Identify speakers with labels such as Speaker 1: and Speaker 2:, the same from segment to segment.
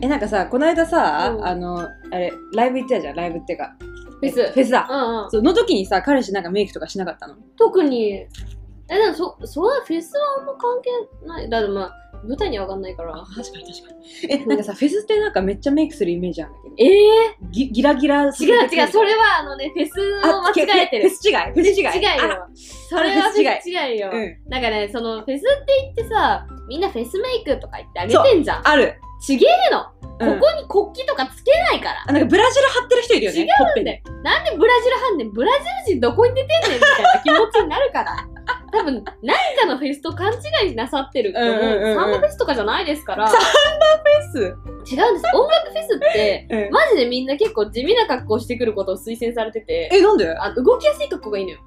Speaker 1: え、なんかさ、この間さ、
Speaker 2: うん
Speaker 1: あの、あれ、ライブ行ったじゃん、ライブっていうか。
Speaker 2: フェス
Speaker 1: フェスだ。
Speaker 2: うんうん
Speaker 1: そう、の時にさ、彼氏なんかメイクとかしなかったの
Speaker 2: 特にえでもそそれはフェスはあんま関係ないだってまあ舞台には上がんないから
Speaker 1: 確かに確かに。え、なんかさ、フェスってなんかめっちゃメイクするイメージあるんだけど。
Speaker 2: ええ
Speaker 1: ぎギラギラ
Speaker 2: 違う違うそれはあのねフェスを
Speaker 1: あ
Speaker 2: 間違えてる
Speaker 1: フェス違いフェス違い
Speaker 2: 違う
Speaker 1: あ
Speaker 2: よそ
Speaker 1: あ
Speaker 2: れは
Speaker 1: フェ
Speaker 2: フ
Speaker 1: ス違い
Speaker 2: ェス違うよ、
Speaker 1: うん。
Speaker 2: なんかねそのフェスって言ってさみんなフェスメイクとか言ってあげてんじゃん
Speaker 1: ある。
Speaker 2: ちげえの、
Speaker 1: うん
Speaker 2: ここに国旗とかつけないから
Speaker 1: あなんかブラジル貼ってる人いるよね。
Speaker 2: 違
Speaker 1: ほっぺ
Speaker 2: なん
Speaker 1: に
Speaker 2: でなんでブラジルハンねんブラジル人どこに出てんねんみたいな気持ちになるから 多分何かのフェスと勘違いなさってると思う,、
Speaker 1: うんうんうんうん
Speaker 2: サンバフェスとかじゃないですから違
Speaker 1: サ
Speaker 2: うん
Speaker 1: フェス。
Speaker 2: です音楽フェスって
Speaker 1: うん
Speaker 2: マジでみんな結構地味な格好してくることを推薦されてて
Speaker 1: え、なんで
Speaker 2: あの動きやすい格好がいいのよ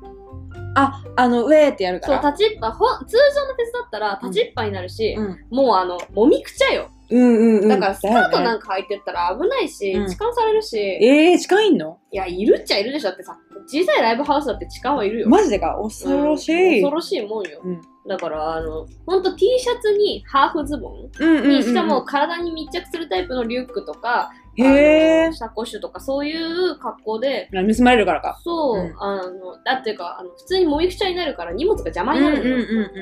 Speaker 1: あ、あの、ウェーってやるか
Speaker 2: そう
Speaker 1: ら。
Speaker 2: 立ちっぱほん通常のフェスだったら立ちっぱになるし、
Speaker 1: うん
Speaker 2: もうあのもみくちゃよ
Speaker 1: うんうんうん。
Speaker 2: だからスカート
Speaker 1: だ
Speaker 2: な
Speaker 1: よね
Speaker 2: んか履いてったら危ないし、
Speaker 1: うん
Speaker 2: 痴漢されるし、
Speaker 1: えー、近いんの
Speaker 2: いやいるっちゃいるでしょだってさ小さいライブハウスだって痴漢はいるよ
Speaker 1: マジでか恐ろしい。
Speaker 2: うん恐ろしいもんよ、
Speaker 1: うん
Speaker 2: だからあのほんと T シャツにハーフズボン
Speaker 1: うんうんうん
Speaker 2: にしかも、体に密着するタイプのリュックとか、
Speaker 1: へー
Speaker 2: あの。サコッシュとかそういう格好で
Speaker 1: 盗まれるからか。
Speaker 2: そう、
Speaker 1: うん
Speaker 2: あのだっていうかあの普通にもみくちゃになるから荷物が邪魔になるの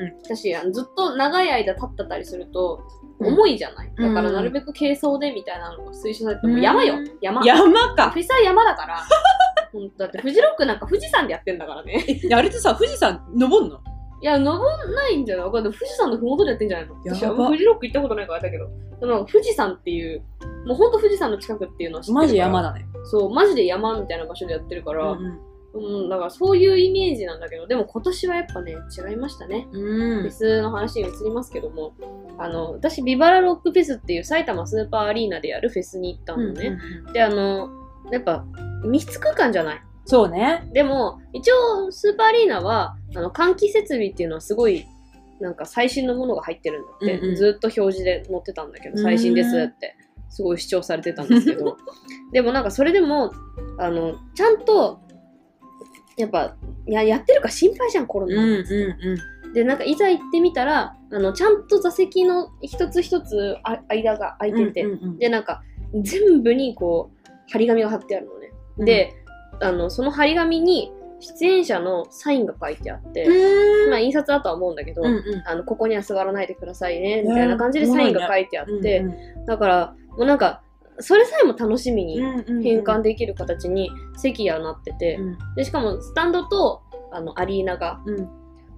Speaker 2: よ、
Speaker 1: う
Speaker 2: だしあのずっと長い間立ってたりすると
Speaker 1: うん
Speaker 2: 重いじゃない、だか
Speaker 1: う
Speaker 2: ら
Speaker 1: ん
Speaker 2: なるべく軽装でみたいなのが推奨されて
Speaker 1: う
Speaker 2: て、
Speaker 1: ん
Speaker 2: もう山よ山
Speaker 1: 山か。
Speaker 2: フェスは山だから ほんとだってフジロックなんか富士山でやってんだから ね
Speaker 1: えあれってさ、富士山登んの
Speaker 2: いや、登んないんじゃないわかんない。富士山のふもとでやってんじゃないの
Speaker 1: やば
Speaker 2: 私はフジロック行ったことないからあれだけど。でも富士山っていう、もうほんと富士山の近くっていうのは知ってるから。
Speaker 1: マジ山だね。
Speaker 2: そう、マジで山みたいな場所でやってるか
Speaker 1: う
Speaker 2: ら、うん、
Speaker 1: ん
Speaker 2: だからそういうイメージなんだけど、でも今年はやっぱね、違いましたね。
Speaker 1: うん。
Speaker 2: フェスの話に移りますけども、あの、私、ビバラロックフェスっていう埼玉スーパーアリーナでやるフェスに行った
Speaker 1: うん
Speaker 2: の
Speaker 1: ん
Speaker 2: ね。で、あの、やっぱ、密室空間じゃない
Speaker 1: そうね。
Speaker 2: でも一応スーパーアリーナはあの換気設備っていうのはすごいなんか最新のものが入ってるんだって、
Speaker 1: うんうん
Speaker 2: ずっと表示で載ってたんだけど
Speaker 1: うん
Speaker 2: 最新ですってすごい主張されてたんですけ どでもなんかそれでもあのちゃんとやっぱいややってるか心配じゃんコロ
Speaker 1: うん
Speaker 2: ナ、
Speaker 1: うん
Speaker 2: でなんかいざ行ってみたらあのちゃんと座席の一つ一つあ間が空いてて、
Speaker 1: うんうんうん
Speaker 2: でなんか全部にこう張り紙が貼ってあるのね
Speaker 1: うん。、
Speaker 2: で、あのその張り紙に出演者のサインが書いてあって、
Speaker 1: うん
Speaker 2: まあ印刷だとは思うんだけど、
Speaker 1: うんうん
Speaker 2: あのここには座らないでくださいねみたいな感じでサインが書いてあって、
Speaker 1: うん
Speaker 2: だからもうなんかそれさえも楽しみに
Speaker 1: うんうん
Speaker 2: 変換できる形に席がなってて、
Speaker 1: うん
Speaker 2: でしかもスタンドとあのアリーナが
Speaker 1: うん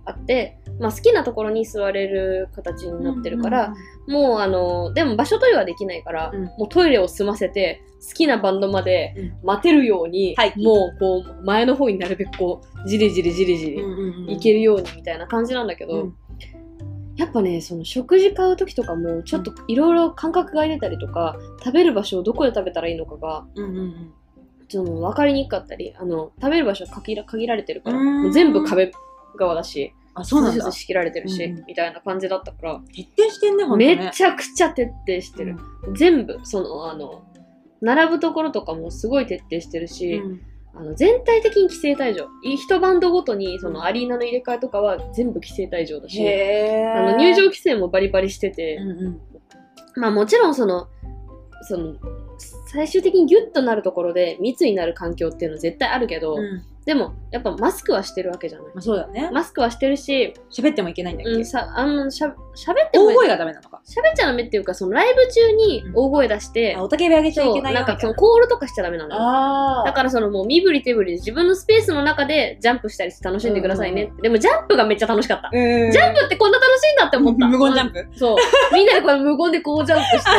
Speaker 2: あって、まあ、好きなところに座れる形になってるから、、もうあのでも場所取りはできないから、
Speaker 1: うん
Speaker 2: もうトイレを済ませて好きなバンドまで待てるように、
Speaker 1: はい
Speaker 2: もうこう前の方になるべくこうじりじりじり
Speaker 1: う
Speaker 2: じ
Speaker 1: ん
Speaker 2: り
Speaker 1: うんうん
Speaker 2: いけるようにみたいな感じなんだけど、
Speaker 1: うん
Speaker 2: やっぱねその食事買う時とかもちょっといろいろ感覚が出たりとか食べる場所をどこで食べたらいいのかが
Speaker 1: うんうん
Speaker 2: ちょっと分かりにくかったりあの食べる場所は限ら限られてるから
Speaker 1: うーん
Speaker 2: もう全部壁側だし
Speaker 1: あ、そうなん
Speaker 2: 少
Speaker 1: だ
Speaker 2: しず。つ仕切られてるし、
Speaker 1: うんうん
Speaker 2: みたいな感じだったから、
Speaker 1: 徹底してんね、ほんとね。
Speaker 2: めちゃくちゃ徹底してる、全部そのあの並ぶところとかもすごい徹底してるし、
Speaker 1: うん
Speaker 2: あの全体的に規制退場い一バンドごとにそ
Speaker 1: うん
Speaker 2: のアリーナの入れ替えとかは全部規制退場だし、
Speaker 1: へ
Speaker 2: あの入場規制もバリバリしてて、
Speaker 1: うんうん
Speaker 2: まあもちろんそのその最終的にギュッとなるところで密になる環境っていうのは絶対あるけど、
Speaker 1: うん
Speaker 2: でもやっぱマスクはしてるわけじゃない
Speaker 1: まあそうだね。
Speaker 2: マスクはしてるし、
Speaker 1: 喋ってもいけないんだっ
Speaker 2: うん、
Speaker 1: け
Speaker 2: さあのしゃ喋っても
Speaker 1: 大声がダメなのか。
Speaker 2: 喋っちゃダメっていうかそのライブ中に大声出して、
Speaker 1: あおたけび上げちゃい
Speaker 2: そう
Speaker 1: けないよみ
Speaker 2: なん
Speaker 1: たい
Speaker 2: かそ
Speaker 1: な
Speaker 2: のコールとかしちゃダメなのよ
Speaker 1: あ
Speaker 2: だからそのもう身振り手振りで自分のスペースの中でジャンプしたりして楽しんでくださいねって、でもジャンプがめっちゃ楽しかっ
Speaker 1: ら
Speaker 2: た、ジャンプってこんな楽しいんだって思った
Speaker 1: 無言ジャン
Speaker 2: プ
Speaker 1: プ
Speaker 2: そうみんなでこれ無言でこうジャンプして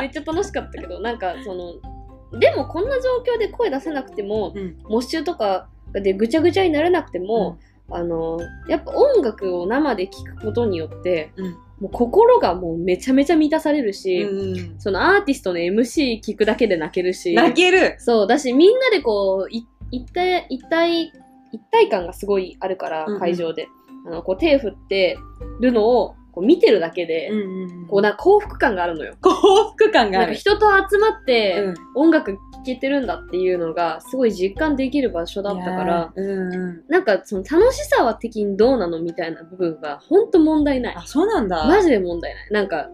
Speaker 2: めっちゃ楽しかったけどなんかそのでもこんな状況で声出せなくても
Speaker 1: うん
Speaker 2: モッシュとかでぐちゃぐちゃになれなくても、あのやっぱ音楽を生で聴くことによって
Speaker 1: うん
Speaker 2: もう心がもうめちゃめちゃ満たされるし、
Speaker 1: うん
Speaker 2: そのアーティストの MC 聞くだけで泣けるし
Speaker 1: 泣ける
Speaker 2: そうだしみんなでこうい一体一体一体感がすごいあるから
Speaker 1: うんうん
Speaker 2: 会場で、あのこう手振ってるのをこう見てるだけで、こう
Speaker 1: な
Speaker 2: なんか幸福感があるのよ。
Speaker 1: 幸福感が
Speaker 2: な
Speaker 1: あ
Speaker 2: んか
Speaker 1: る
Speaker 2: 人と集まって
Speaker 1: うん
Speaker 2: 音楽聴けてるんだっていうのがすごい実感できる場所だったか
Speaker 1: いや
Speaker 2: ら
Speaker 1: ーうんうん
Speaker 2: なんかその楽しさは的にどうなのみたいな部分がほんと問題ない
Speaker 1: あそうなんだ
Speaker 2: マジで問題ないなんか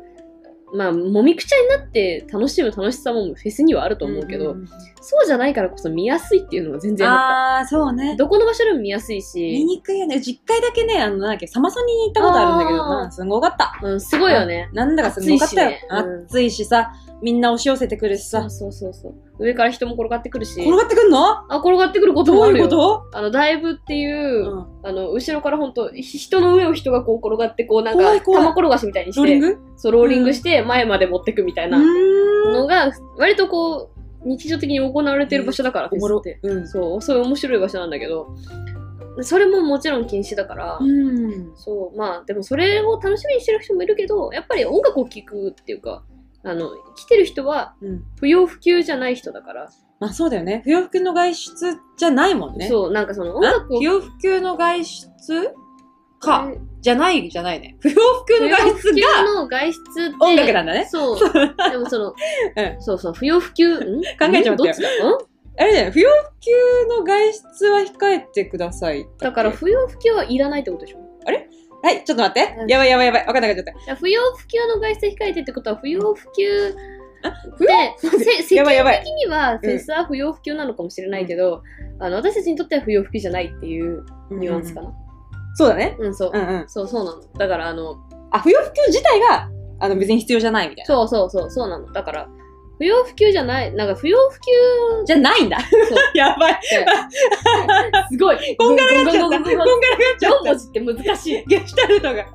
Speaker 2: まあ、もみくちゃになって楽しむ楽しさもフェスにはあると思うけど、
Speaker 1: んん
Speaker 2: そうじゃないからこそ見やすいっていうのは全然あっ
Speaker 1: ああそう
Speaker 2: た。
Speaker 1: ね
Speaker 2: どこの場所でも見やすい
Speaker 1: 見
Speaker 2: し、
Speaker 1: にくいよね実家だけねあのなんだっけサマソニーに行ったことあるんだけど
Speaker 2: あー
Speaker 1: なんすごかった
Speaker 2: うん、すごいよね。
Speaker 1: なんだかすごかったよ
Speaker 2: 暑いしねうん
Speaker 1: 暑いしさみんな押し寄せてくるし
Speaker 2: そ
Speaker 1: さ
Speaker 2: うそうそうそう。上から人も転がってくるし、
Speaker 1: 転がってくんの
Speaker 2: あ、転がってくること
Speaker 1: ど
Speaker 2: もあ
Speaker 1: う
Speaker 2: る
Speaker 1: いう
Speaker 2: よ。
Speaker 1: こと
Speaker 2: あの、だいぶっていう、
Speaker 1: うん
Speaker 2: あの、後ろからほんと、ひ人の上を人がこう転がって、こうなん
Speaker 1: 怖
Speaker 2: か、
Speaker 1: い怖い
Speaker 2: 玉転がしみたいにして、
Speaker 1: ローリング
Speaker 2: そう、ローリングして前まで持ってくみたいな
Speaker 1: うーん
Speaker 2: のが、割とこう、日常的に行われてる場所だから、
Speaker 1: おも
Speaker 2: フェス
Speaker 1: ろ
Speaker 2: って。
Speaker 1: うん
Speaker 2: そう、そういう面白い場所なんだけど、それももちろん禁止だから、
Speaker 1: うん
Speaker 2: そう、まあ、でもそれを楽しみにしてる人もいるけど、やっぱり音楽を聴くっていうか、あの、来てる人は
Speaker 1: うん
Speaker 2: 不要不急じゃない人だから、
Speaker 1: まあそうだよね不要不急の外出じゃないもんね
Speaker 2: そう、なんかその音
Speaker 1: あ
Speaker 2: 楽を
Speaker 1: 不要不急の外出か、
Speaker 2: うん
Speaker 1: じゃないじゃないね不要不急の外
Speaker 2: 不
Speaker 1: 出
Speaker 2: 要不
Speaker 1: が
Speaker 2: 急の外出って
Speaker 1: 音楽なんだね
Speaker 2: そう。でもその、
Speaker 1: ん
Speaker 2: そうそう、不要不急、ん考
Speaker 1: 考えちゃったよ
Speaker 2: どっちだん
Speaker 1: あれだよね不要不急の外出は控えてください
Speaker 2: だから不要不急はいらないってことでしょ
Speaker 1: はいちょっと待って
Speaker 2: うん
Speaker 1: やばいやばいやばい分かんなくなっちゃっ
Speaker 2: いや不要不急の外出控えてってことは不要不急
Speaker 1: 不
Speaker 2: で、せ
Speaker 1: た
Speaker 2: 世
Speaker 1: やばい
Speaker 2: 間
Speaker 1: やばい
Speaker 2: 的にはフェスは不要不急なのかもしれないけど、あの私たちにとっては不要不急じゃないっていうニュアンスか
Speaker 1: うん
Speaker 2: な。
Speaker 1: そうだね
Speaker 2: うん、そう、
Speaker 1: うんうん
Speaker 2: そうそうなの。だからあの、
Speaker 1: あ不要不急自体があの別に必要じゃないみたいな
Speaker 2: そうそうそう、そうなの。だから、不要不急じゃない、なんか不要不急
Speaker 1: じゃないんだ
Speaker 2: そう
Speaker 1: やばい
Speaker 2: って、すごい、
Speaker 1: こんがらがっちゃ
Speaker 2: ゴ
Speaker 1: っ
Speaker 2: ン
Speaker 1: た
Speaker 2: ゴ
Speaker 1: こ
Speaker 2: ン
Speaker 1: んがらが
Speaker 2: ゴンゴンゴン
Speaker 1: っちゃ
Speaker 2: 4文
Speaker 1: っ
Speaker 2: 字って難し い。
Speaker 1: たゲシュタルトが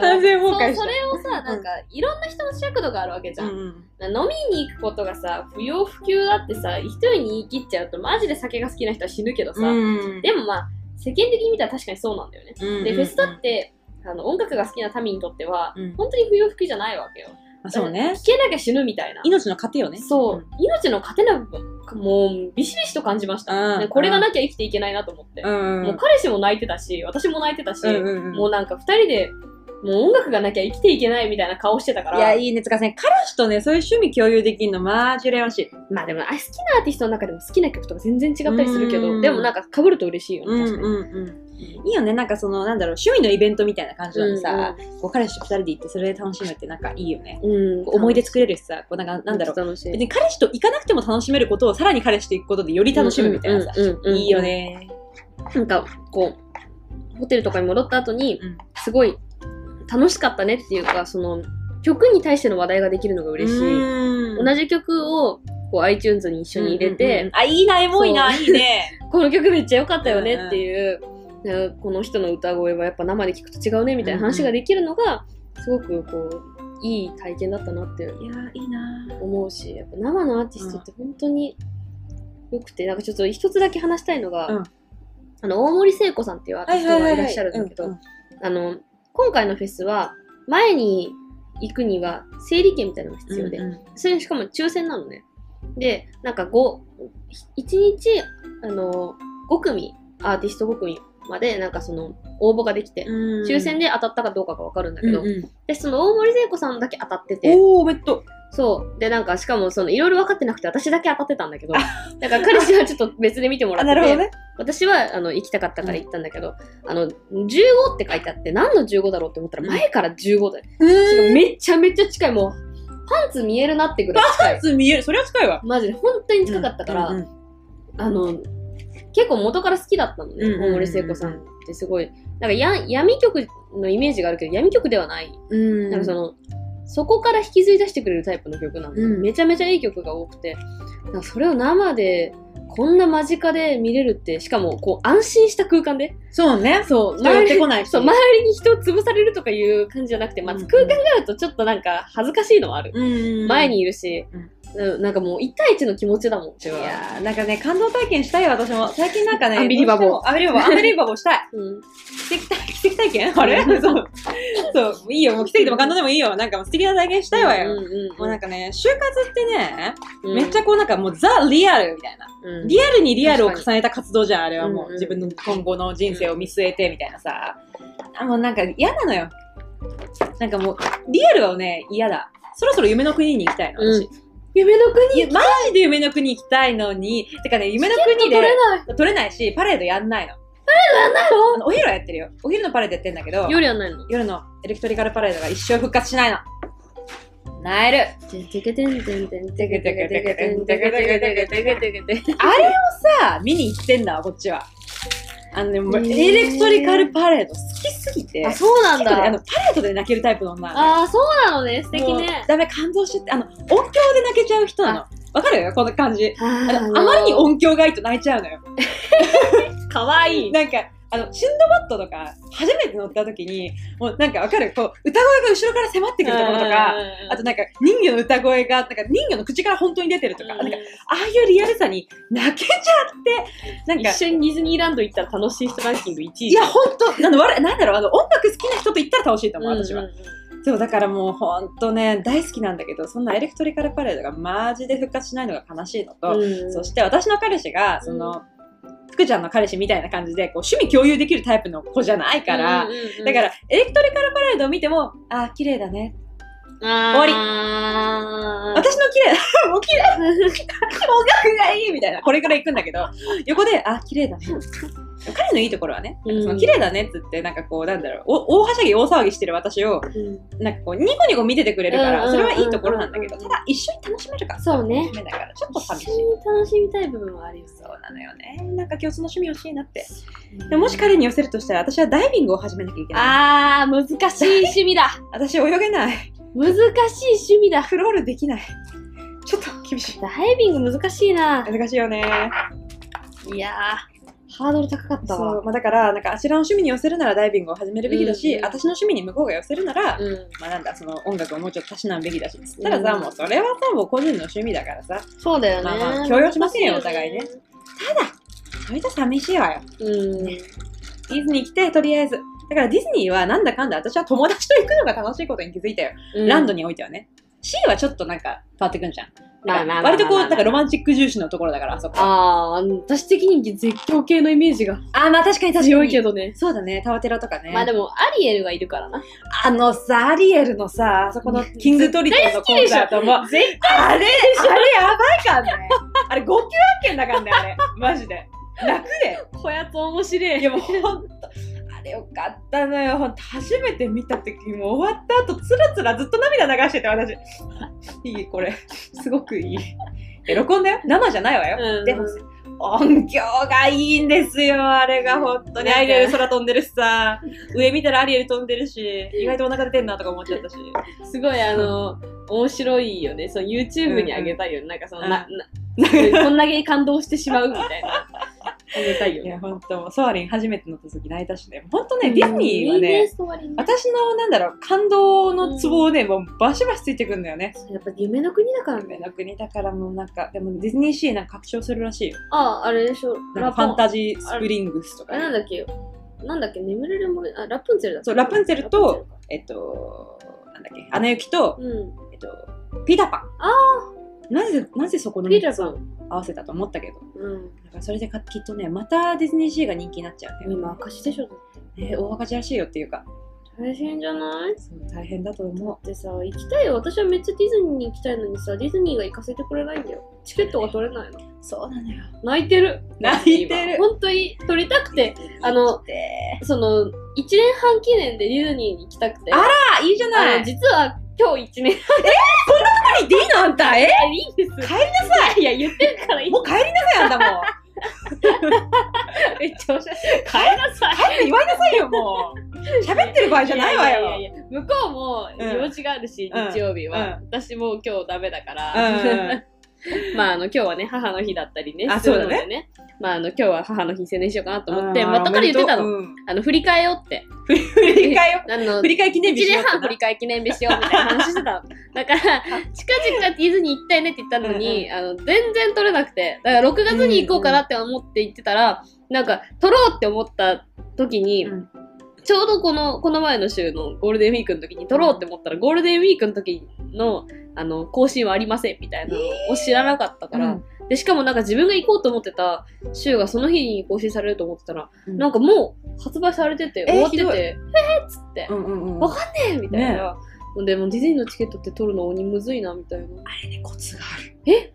Speaker 1: 完全崩壊した
Speaker 2: そうそれをさ、なんか、いろんな人の尺度があるわけじゃん。
Speaker 1: ん
Speaker 2: 飲みに行くことがさ、不要不急だってさ、一人に言い切っちゃうと、マジで酒が好きな人は死ぬけどさ、
Speaker 1: うん
Speaker 2: でもまあ、世間的に見たら確かにそうなんだよね。
Speaker 1: うん
Speaker 2: で、フェスだって、あの音楽が好きな民にとっては、
Speaker 1: うん
Speaker 2: 本当に不要不急じゃないわけよ。
Speaker 1: あそうね
Speaker 2: 聞けなきゃ死ぬみたいな。
Speaker 1: 命の糧よね
Speaker 2: そう、
Speaker 1: ん
Speaker 2: 命の糧な部分、もう、ビシビシと感じました。
Speaker 1: うん
Speaker 2: でこれがなきゃ生きていけないなと思って。
Speaker 1: うん
Speaker 2: もう彼氏も泣いてたし、私も泣いてたし、
Speaker 1: うんうんうん
Speaker 2: もうなんか二人で、もう音楽がなきゃ生きていけないみたいな顔してたから。
Speaker 1: いや、いいね。つかね、彼氏とね、そういう趣味共有できるの、マジ羨ましい。
Speaker 2: まあでも、あ好きなアーティストの中でも好きな曲とか全然違ったりするけ
Speaker 1: う
Speaker 2: ど、
Speaker 1: ん
Speaker 2: でもなんか被ると嬉しいよね、確かに。
Speaker 1: うん。いいよね。なんかその、なんだろう、趣味のイベントみたいな感じなのにさ、こう彼氏と二人で行って、それで楽しむってなんかいいよね。
Speaker 2: うん、うん
Speaker 1: こう思い出作れるしさ、こうなんか、なんだろう。
Speaker 2: 楽し
Speaker 1: 別
Speaker 2: い。
Speaker 1: に彼氏と行かなくても楽しめることを、さらに彼氏と行くことでより楽しむみたいなさ。
Speaker 2: うんうんうんうん
Speaker 1: いいよ。ね。
Speaker 2: なんか、こう、ホテルとかに戻った後に、
Speaker 1: うん
Speaker 2: すごい楽しかったねっていうか、その、曲に対しての話題ができるのが嬉しい。
Speaker 1: い
Speaker 2: 同じ曲をこう iTunes に一緒に入れて、、
Speaker 1: あ、いいな、エモいな、
Speaker 2: そう
Speaker 1: いいね。
Speaker 2: この曲めっちゃ良かったよねっていう、なんかこの人の歌声はやっぱ生で聞くと違うねみたいな話ができるのが、すごくこう、いい体験だったなって
Speaker 1: いや、いいな。
Speaker 2: 思うし、やっぱ生のアーティストって本当に良くて、なんかちょっと一つだけ話したいのが、
Speaker 1: うん
Speaker 2: あの、大森聖子さんっていうアーティストがいらっしゃるんだけど、
Speaker 1: うう
Speaker 2: あの、今回のフェスは、前に行くには整理券みたいなのが必要で、
Speaker 1: うんうん
Speaker 2: それしかも抽選なのね。で、なんか5、1日、あの、5組、アーティスト5組まで、なんかその、応募ができて、
Speaker 1: うん
Speaker 2: 抽選で当たったかどうかがわかるんだけど、
Speaker 1: うんうん
Speaker 2: で、その大森聖子さんだけ当たってて、
Speaker 1: おー、おめでとう。
Speaker 2: そう。で、なんか、しかも、その、いろいろ分かってなくて、私だけ当たってたんだけど、だから彼氏はちょっと別で見てもら
Speaker 1: あ、
Speaker 2: っ
Speaker 1: な
Speaker 2: て
Speaker 1: るほど
Speaker 2: て、
Speaker 1: ね。
Speaker 2: 私は、あの、行きたかったから行ったんだけど、あの、15って書いてあって、何の15だろうって思ったら、前から15だよ。しかもめちゃめちゃ近い、もう、パンツ見えるなってぐらい近い。
Speaker 1: 見える。それは近いわ。
Speaker 2: マジで、本当に近かったから、
Speaker 1: うんうん
Speaker 2: あの、結構元から好きだったのね、
Speaker 1: うんうんうんうん
Speaker 2: 大森聖子さんってすごい。なんかや、闇曲のイメージがあるけど、闇曲ではない。
Speaker 1: うん
Speaker 2: なんかその、そこから引きずり出してくれるタイプの曲なの、
Speaker 1: うん
Speaker 2: めちゃめちゃいい曲が多くて、なんかそれを生で、こんな間近で見れるって、しかも、こう、安心した空間で。
Speaker 1: そうね。
Speaker 2: そう、
Speaker 1: 人寄ってこ
Speaker 2: い。
Speaker 1: ないし。
Speaker 2: そう、周りに人を潰されるとかいう感じじゃなくて、まず空間があるとちょっとなんか恥ずかしいのもある。
Speaker 1: うん
Speaker 2: 前にいるし、
Speaker 1: うん
Speaker 2: うんなんかもう1対1の気持ちだもん、
Speaker 1: い
Speaker 2: 私は
Speaker 1: やーなんかね、感動体験したいよ、私も。最近なんかね、
Speaker 2: アンビリバボ
Speaker 1: どう
Speaker 2: ー
Speaker 1: してもアンビリバボー、ア ンビリバボーしたい。
Speaker 2: うん。
Speaker 1: 奇跡体奇跡体験あれ そう。そう、いいよ、もう奇跡でも感動でもいいよ。なんかもう素敵な体験したいわよ。
Speaker 2: うんうんうん
Speaker 1: もうなんかね、就活ってね、
Speaker 2: うん
Speaker 1: めっちゃこうなんかもうザ・リアルみたいな。
Speaker 2: うん
Speaker 1: リアルにリアルを重ねた活動じゃん、あれはも
Speaker 2: うんう
Speaker 1: う。
Speaker 2: ん
Speaker 1: 自分の今後の人生を見据えてみたいなさ。あ、もうなんか嫌なのよ。なんかもう、リアルはね、嫌だ。そろそろ夢の国に行きたいの、
Speaker 2: う
Speaker 1: 私。
Speaker 2: ん夢の国
Speaker 1: いやマジで夢の国行きたいのに、てかね、夢の国で
Speaker 2: 取れない。
Speaker 1: 取れないし、パレードやんないの。あのお昼はやってるよ。お昼のパレードやってんだけど、
Speaker 2: 夜やんないの
Speaker 1: 夜のエレクトリカルパレードが一生復活しないの。なえる。
Speaker 2: てけてんてんてんて
Speaker 1: け
Speaker 2: け
Speaker 1: て
Speaker 2: て
Speaker 1: けてけ
Speaker 2: けてけ
Speaker 1: て
Speaker 2: て
Speaker 1: ん
Speaker 2: ん
Speaker 1: て
Speaker 2: て
Speaker 1: け
Speaker 2: け
Speaker 1: てけ
Speaker 2: て
Speaker 1: て
Speaker 2: けて
Speaker 1: け
Speaker 2: け
Speaker 1: てけ
Speaker 2: てけてけて。
Speaker 1: あれをさ、見に行ってんだわ、こっちは。あのね、もう
Speaker 2: へー
Speaker 1: エレクトリカルパレード好きすぎて。
Speaker 2: あ、そうなん
Speaker 1: 結構ねあ
Speaker 2: だ
Speaker 1: の。パレードで泣けるタイプの女なのよ
Speaker 2: あー、そうなのね。素敵
Speaker 1: も
Speaker 2: ね
Speaker 1: う。ダメ、感動しちゃって、あの、音響で泣けちゃう人なの。わかるこの感じ。
Speaker 2: あ
Speaker 1: あの、
Speaker 2: ー
Speaker 1: あまりに音響がいいと泣いちゃうのよ。
Speaker 2: かわいい。
Speaker 1: なんか、あの、シンドバッドとか、初めて乗った時に、もうなんかわかるこう、歌声が後ろから迫ってくるところとか、あとなんか人魚の歌声が、なんか人魚の口から本当に出てるとか、なんかああいうリアルさに泣けちゃって、なんか、
Speaker 2: 一緒にディズニーランド行ったら楽しい人ランキング1位
Speaker 1: いや、本当なんだわらなんだろう、あの、音楽好きな人と言ったら楽しいと思う、私は。
Speaker 2: うんうんうん
Speaker 1: そう、だからもう本当ね、大好きなんだけど、そんなエレクトリカルパレードがマジで復活しないのが悲しいのと、
Speaker 2: うん
Speaker 1: そして私の彼氏が、その、福ちゃんの彼氏みたいな感じで、こう、趣味共有できるタイプの子じゃないから、
Speaker 2: うんうんうん
Speaker 1: だから、エレクトリカルパレードを見ても、あー、綺麗だね。
Speaker 2: 終
Speaker 1: 終わり
Speaker 2: り
Speaker 1: 私の綺麗 だ。もう綺麗。音楽がいいみたいな。これぐらい行くんだけど、横で、あー、綺麗 だね。彼のいいところはね、なんかその
Speaker 2: うん
Speaker 1: 綺麗だねっつって、なんかこう、なんだろう、お大はしゃぎ大騒ぎしてる私を、なんかこう、ニコニコ見ててくれるか
Speaker 2: う
Speaker 1: ら、
Speaker 2: んうん
Speaker 1: そ
Speaker 2: うん
Speaker 1: れ
Speaker 2: うん
Speaker 1: はいいところなんだけど、ただ一緒に楽しめるか
Speaker 2: そうね
Speaker 1: ダメだから、ちょっと
Speaker 2: 一緒
Speaker 1: 寂しい。
Speaker 2: に楽しみたい部分はあるよ
Speaker 1: そうなのよね。なんか共通の趣味欲しいなって。でももし彼に寄せるとしたら、私はダイビングを始めなきゃいけない。
Speaker 2: あー難しい趣味 だ
Speaker 1: 私泳げない。
Speaker 2: 難しい趣味だ
Speaker 1: クロールできない。ちょっと厳しい。
Speaker 2: ダイビング難しいな
Speaker 1: 難しいよね。
Speaker 2: いやーハードル高かった
Speaker 1: そ
Speaker 2: わ
Speaker 1: う。まあ、だから、なんかあちらの趣味に寄せるならダイビングを始めるべきだし、
Speaker 2: うん
Speaker 1: 私の趣味に向こうが寄せるなら、
Speaker 2: うん
Speaker 1: まあなんだ、その音楽をもうちょっとたしなんべきだし。たらさ、
Speaker 2: うん
Speaker 1: もうそれはさ、もう個人の趣味だからさ、
Speaker 2: そうだよね
Speaker 1: まあまあ強要しませんよお互いねそれじゃ寂しいわよ。
Speaker 2: うん
Speaker 1: ディズニー来て、とりあえず。だからディズニーはなんだかんだ私は友達と行くのが楽しいことに気づいたよ。
Speaker 2: うん
Speaker 1: ランドにおいてはね。C はちょっとなんか変わってくんじゃん。
Speaker 2: まあまあまあまあ
Speaker 1: 割とこう、なんかロマンチック重視のところだから、あそこ。あ
Speaker 2: あー私的に絶叫系のイメージが
Speaker 1: あ、まあ確かに
Speaker 2: 強いけ
Speaker 1: ど。
Speaker 2: どね
Speaker 1: そうだね、タワテラとかね。
Speaker 2: まあでもアリエルはいるからな
Speaker 1: あのさ、アリエルのさ、あそこのキングトリトのコンサートも。あれ、あれやばいからね。あれ、号泣案件だからね、あれ。マジで。楽で。
Speaker 2: こやつ面白
Speaker 1: いやもう ほんと、あれよかったのよ。ほんと、初めて見た時もう終わった後、つらつらずっと涙流してて、私。 いい、これ。すごくいい。喜んだよ。生じゃないわよ。
Speaker 2: うん
Speaker 1: でも、音響がいいんですよ、あれが本当に。
Speaker 2: なんか
Speaker 1: アリエル空飛んでるしさ、上見たらアリエル飛んでるし、意外とお腹出てんなとか思っちゃったし。
Speaker 2: すごいあの、面白いよね。その YouTube にあげたいよね。なんかその、
Speaker 1: うん
Speaker 2: な、な、こんだけ感動してしまうみたいな。あげたいよ
Speaker 1: いや、
Speaker 2: ね。
Speaker 1: 本当ソアリン初めて乗った時泣いたしね。本当ね、ディズニーは
Speaker 2: うんいい
Speaker 1: ね、
Speaker 2: ストーリーね
Speaker 1: 私のなんだろう、感動のツボをね、もうバシバシついてくんだよね。
Speaker 2: やっぱ夢の国だから
Speaker 1: 夢
Speaker 2: ね。
Speaker 1: の国だからもうなんか、でもディズニーシーなんか拡張するらしいよ。
Speaker 2: ああ、あれでしょ。
Speaker 1: なんかファンタジースプリングスと
Speaker 2: あ
Speaker 1: か
Speaker 2: れ
Speaker 1: ね、
Speaker 2: なんだっけなんだっけ眠れる森、あ、ラプンツェルだっけ
Speaker 1: そうラプンツェルと、
Speaker 2: ラプンツ
Speaker 1: えっと、なんだっけ、アナ雪と、
Speaker 2: ェルか
Speaker 1: えっと、ピーターパン。
Speaker 2: あ
Speaker 1: なぜ、なぜそこ
Speaker 2: う
Speaker 1: の
Speaker 2: ん。ピータ
Speaker 1: 3
Speaker 2: ー
Speaker 1: つ
Speaker 2: さ
Speaker 1: を
Speaker 2: ん。
Speaker 1: 合わせたと思ったけど。
Speaker 2: うん。
Speaker 1: だからそれでかきっとね、またディズニーシーが人気になっちゃうね。
Speaker 2: 今、赤字でしょ。だって
Speaker 1: ね大赤字らしいよっていうか、
Speaker 2: 大変じゃない
Speaker 1: そう大変だと思
Speaker 2: でさ、行きたいよ。私はめっちゃディズニーに行きたいのにさ、ディズニーが行かせてくれないんだよ。チケットが取れないの。
Speaker 1: う。そうなのよ。
Speaker 2: 泣いてる。
Speaker 1: 泣いてる
Speaker 2: 今本当に撮りたくて、あの
Speaker 1: で
Speaker 2: その、1年半記念でディズニーに行きたくて。
Speaker 1: ああ、いいじゃ
Speaker 2: あ
Speaker 1: な
Speaker 2: の
Speaker 1: い。
Speaker 2: 実は今日1年
Speaker 1: 何でいいのあんた、え
Speaker 2: 半いいんです。帰りなさいいや、言ってるからいい。
Speaker 1: もう帰りなさい、あんたもう。
Speaker 2: めっちゃおしゃれ。帰りなさい。
Speaker 1: 早く祝いなさいよ、もう。喋ってる場合じゃないわよ。
Speaker 2: ややいやいや向こうも用事があるし、
Speaker 1: うん
Speaker 2: 日曜日は、私もう今日ダメだから、 まああの今日はね母の日だったりね
Speaker 1: あそうだね
Speaker 2: するのでねまああの今日は母の日宣伝しようかなと思って
Speaker 1: あー
Speaker 2: まあだから言ってた
Speaker 1: お
Speaker 2: の
Speaker 1: めでとう
Speaker 2: あの振り返ようって
Speaker 1: うん振り返よ。
Speaker 2: あの
Speaker 1: 振り返記念日
Speaker 2: 1
Speaker 1: しよう
Speaker 2: 年
Speaker 1: か
Speaker 2: 半
Speaker 1: な
Speaker 2: 振り返り記念日しようみたいな話してたの。だ から、近々ディズニー行きたいねって言ったのに、あの、全然取れなくて、だから6月に行こうかなって思って行ってたら、なんか、取ろうって思った時に、
Speaker 1: うん
Speaker 2: ちょうどこの、この前の週のゴールデンウィークの時に取ろうって思ったら、ゴールデンウィークの時の、あの、更新はありませんみたいなのを知らなかったから、で、しかもなんか自分が行こうと思ってた週がその日に更新されると思ってたら、
Speaker 1: うん
Speaker 2: なんかもう発売されてて、
Speaker 1: えー
Speaker 2: 終わってて、
Speaker 1: ひどい
Speaker 2: えーっつって、
Speaker 1: うんうんうん。
Speaker 2: わかんねえみたいな。でもディズニーのチケットって取るの鬼むずいなみたいな。
Speaker 1: コツがある。
Speaker 2: え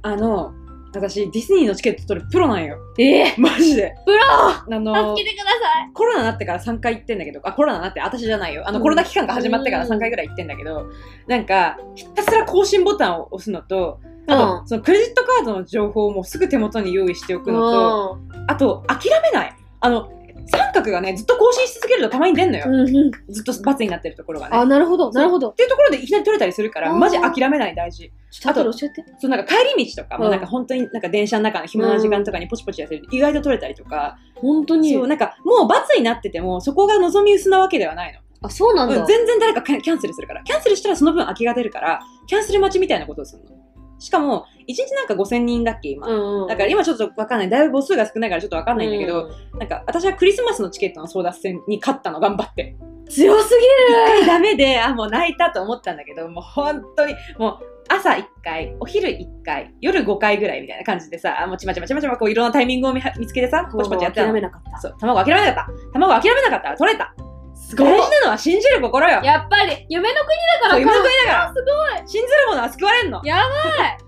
Speaker 1: あの、私、ディズニーのチケット取るプロなんよ。
Speaker 2: ええ
Speaker 1: マジで。
Speaker 2: プロ
Speaker 1: あの、
Speaker 2: 助けてください
Speaker 1: コロナになってから3回行ってんだけど、あ、コロナになって、私じゃないよ。あの、
Speaker 2: うん
Speaker 1: コロナ期間が始まってから3回ぐらい行ってんだけど、なんか、ひたすら更新ボタンを押すのと、あと、そのクレジットカードの情報もすぐ手元に用意しておくのと、
Speaker 2: う
Speaker 1: あと、諦めない。あの、三角がね、ずっと更新し続けるとたまに出んのよ。
Speaker 2: んうんうん
Speaker 1: ずっと×になってるところがね。
Speaker 2: あなるほどなるほど
Speaker 1: っていうところでいきなり取れたりするから、
Speaker 2: あー
Speaker 1: マジ諦めない大事。
Speaker 2: ちょっと後で教えて
Speaker 1: そうなんか帰り道とかも、
Speaker 2: うん
Speaker 1: なんか本当になんか電車の中の暇な時間とかにポチポチやってると意外と取れたりとか、
Speaker 2: 本当に
Speaker 1: そうなんかもう×になっててもそこが望み薄なわけではないの。
Speaker 2: あそうなんだ、
Speaker 1: うん全然誰かキャンセルするから。キャンセルしたらその分空きが出るから、キャンセル待ちみたいなことをするの。しかも、1日なんか5000人だっけ、今。
Speaker 2: うんうん
Speaker 1: だから今ちょっとわかんない。だいぶ母数が少ないからちょっとわかんないんだけど、
Speaker 2: う
Speaker 1: なんか私はクリスマスのチケットの争奪戦に勝ったの頑張って。
Speaker 2: 強すぎ
Speaker 1: 一回ダメで、あ、もう泣いたと思ったんだけど、もう本当に、もう朝一回、お昼一回、夜五回ぐらいみたいな感じでさ、あもうちまちまちまちまこういろんなタイミングを見は見つけてさ、
Speaker 2: る
Speaker 1: ポチポチやってた
Speaker 2: 諦
Speaker 1: の
Speaker 2: め。なかった
Speaker 1: そう、卵諦めなかった。卵諦めなかったら取れた。
Speaker 2: す
Speaker 1: 大事なのは信じる心よ。
Speaker 2: やっぱり夢の国だから
Speaker 1: そう、
Speaker 2: か
Speaker 1: 今の国だから。
Speaker 2: す
Speaker 1: ごい。信ずる者は救われんの。
Speaker 2: やばい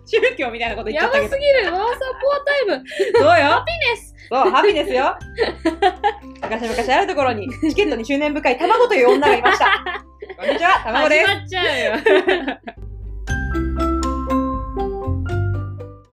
Speaker 1: 宗教みたいなこと言っちゃ
Speaker 2: や
Speaker 1: っ
Speaker 2: ば
Speaker 1: たけ
Speaker 2: す
Speaker 1: ど。
Speaker 2: ぎるワーサポアタイム
Speaker 1: そうよ。
Speaker 2: ピネス
Speaker 1: そう、ハピネスよ。昔々あるところに、チケットに執念深い卵という女がいました。こんにちは、卵です。
Speaker 2: 始まっちゃうよ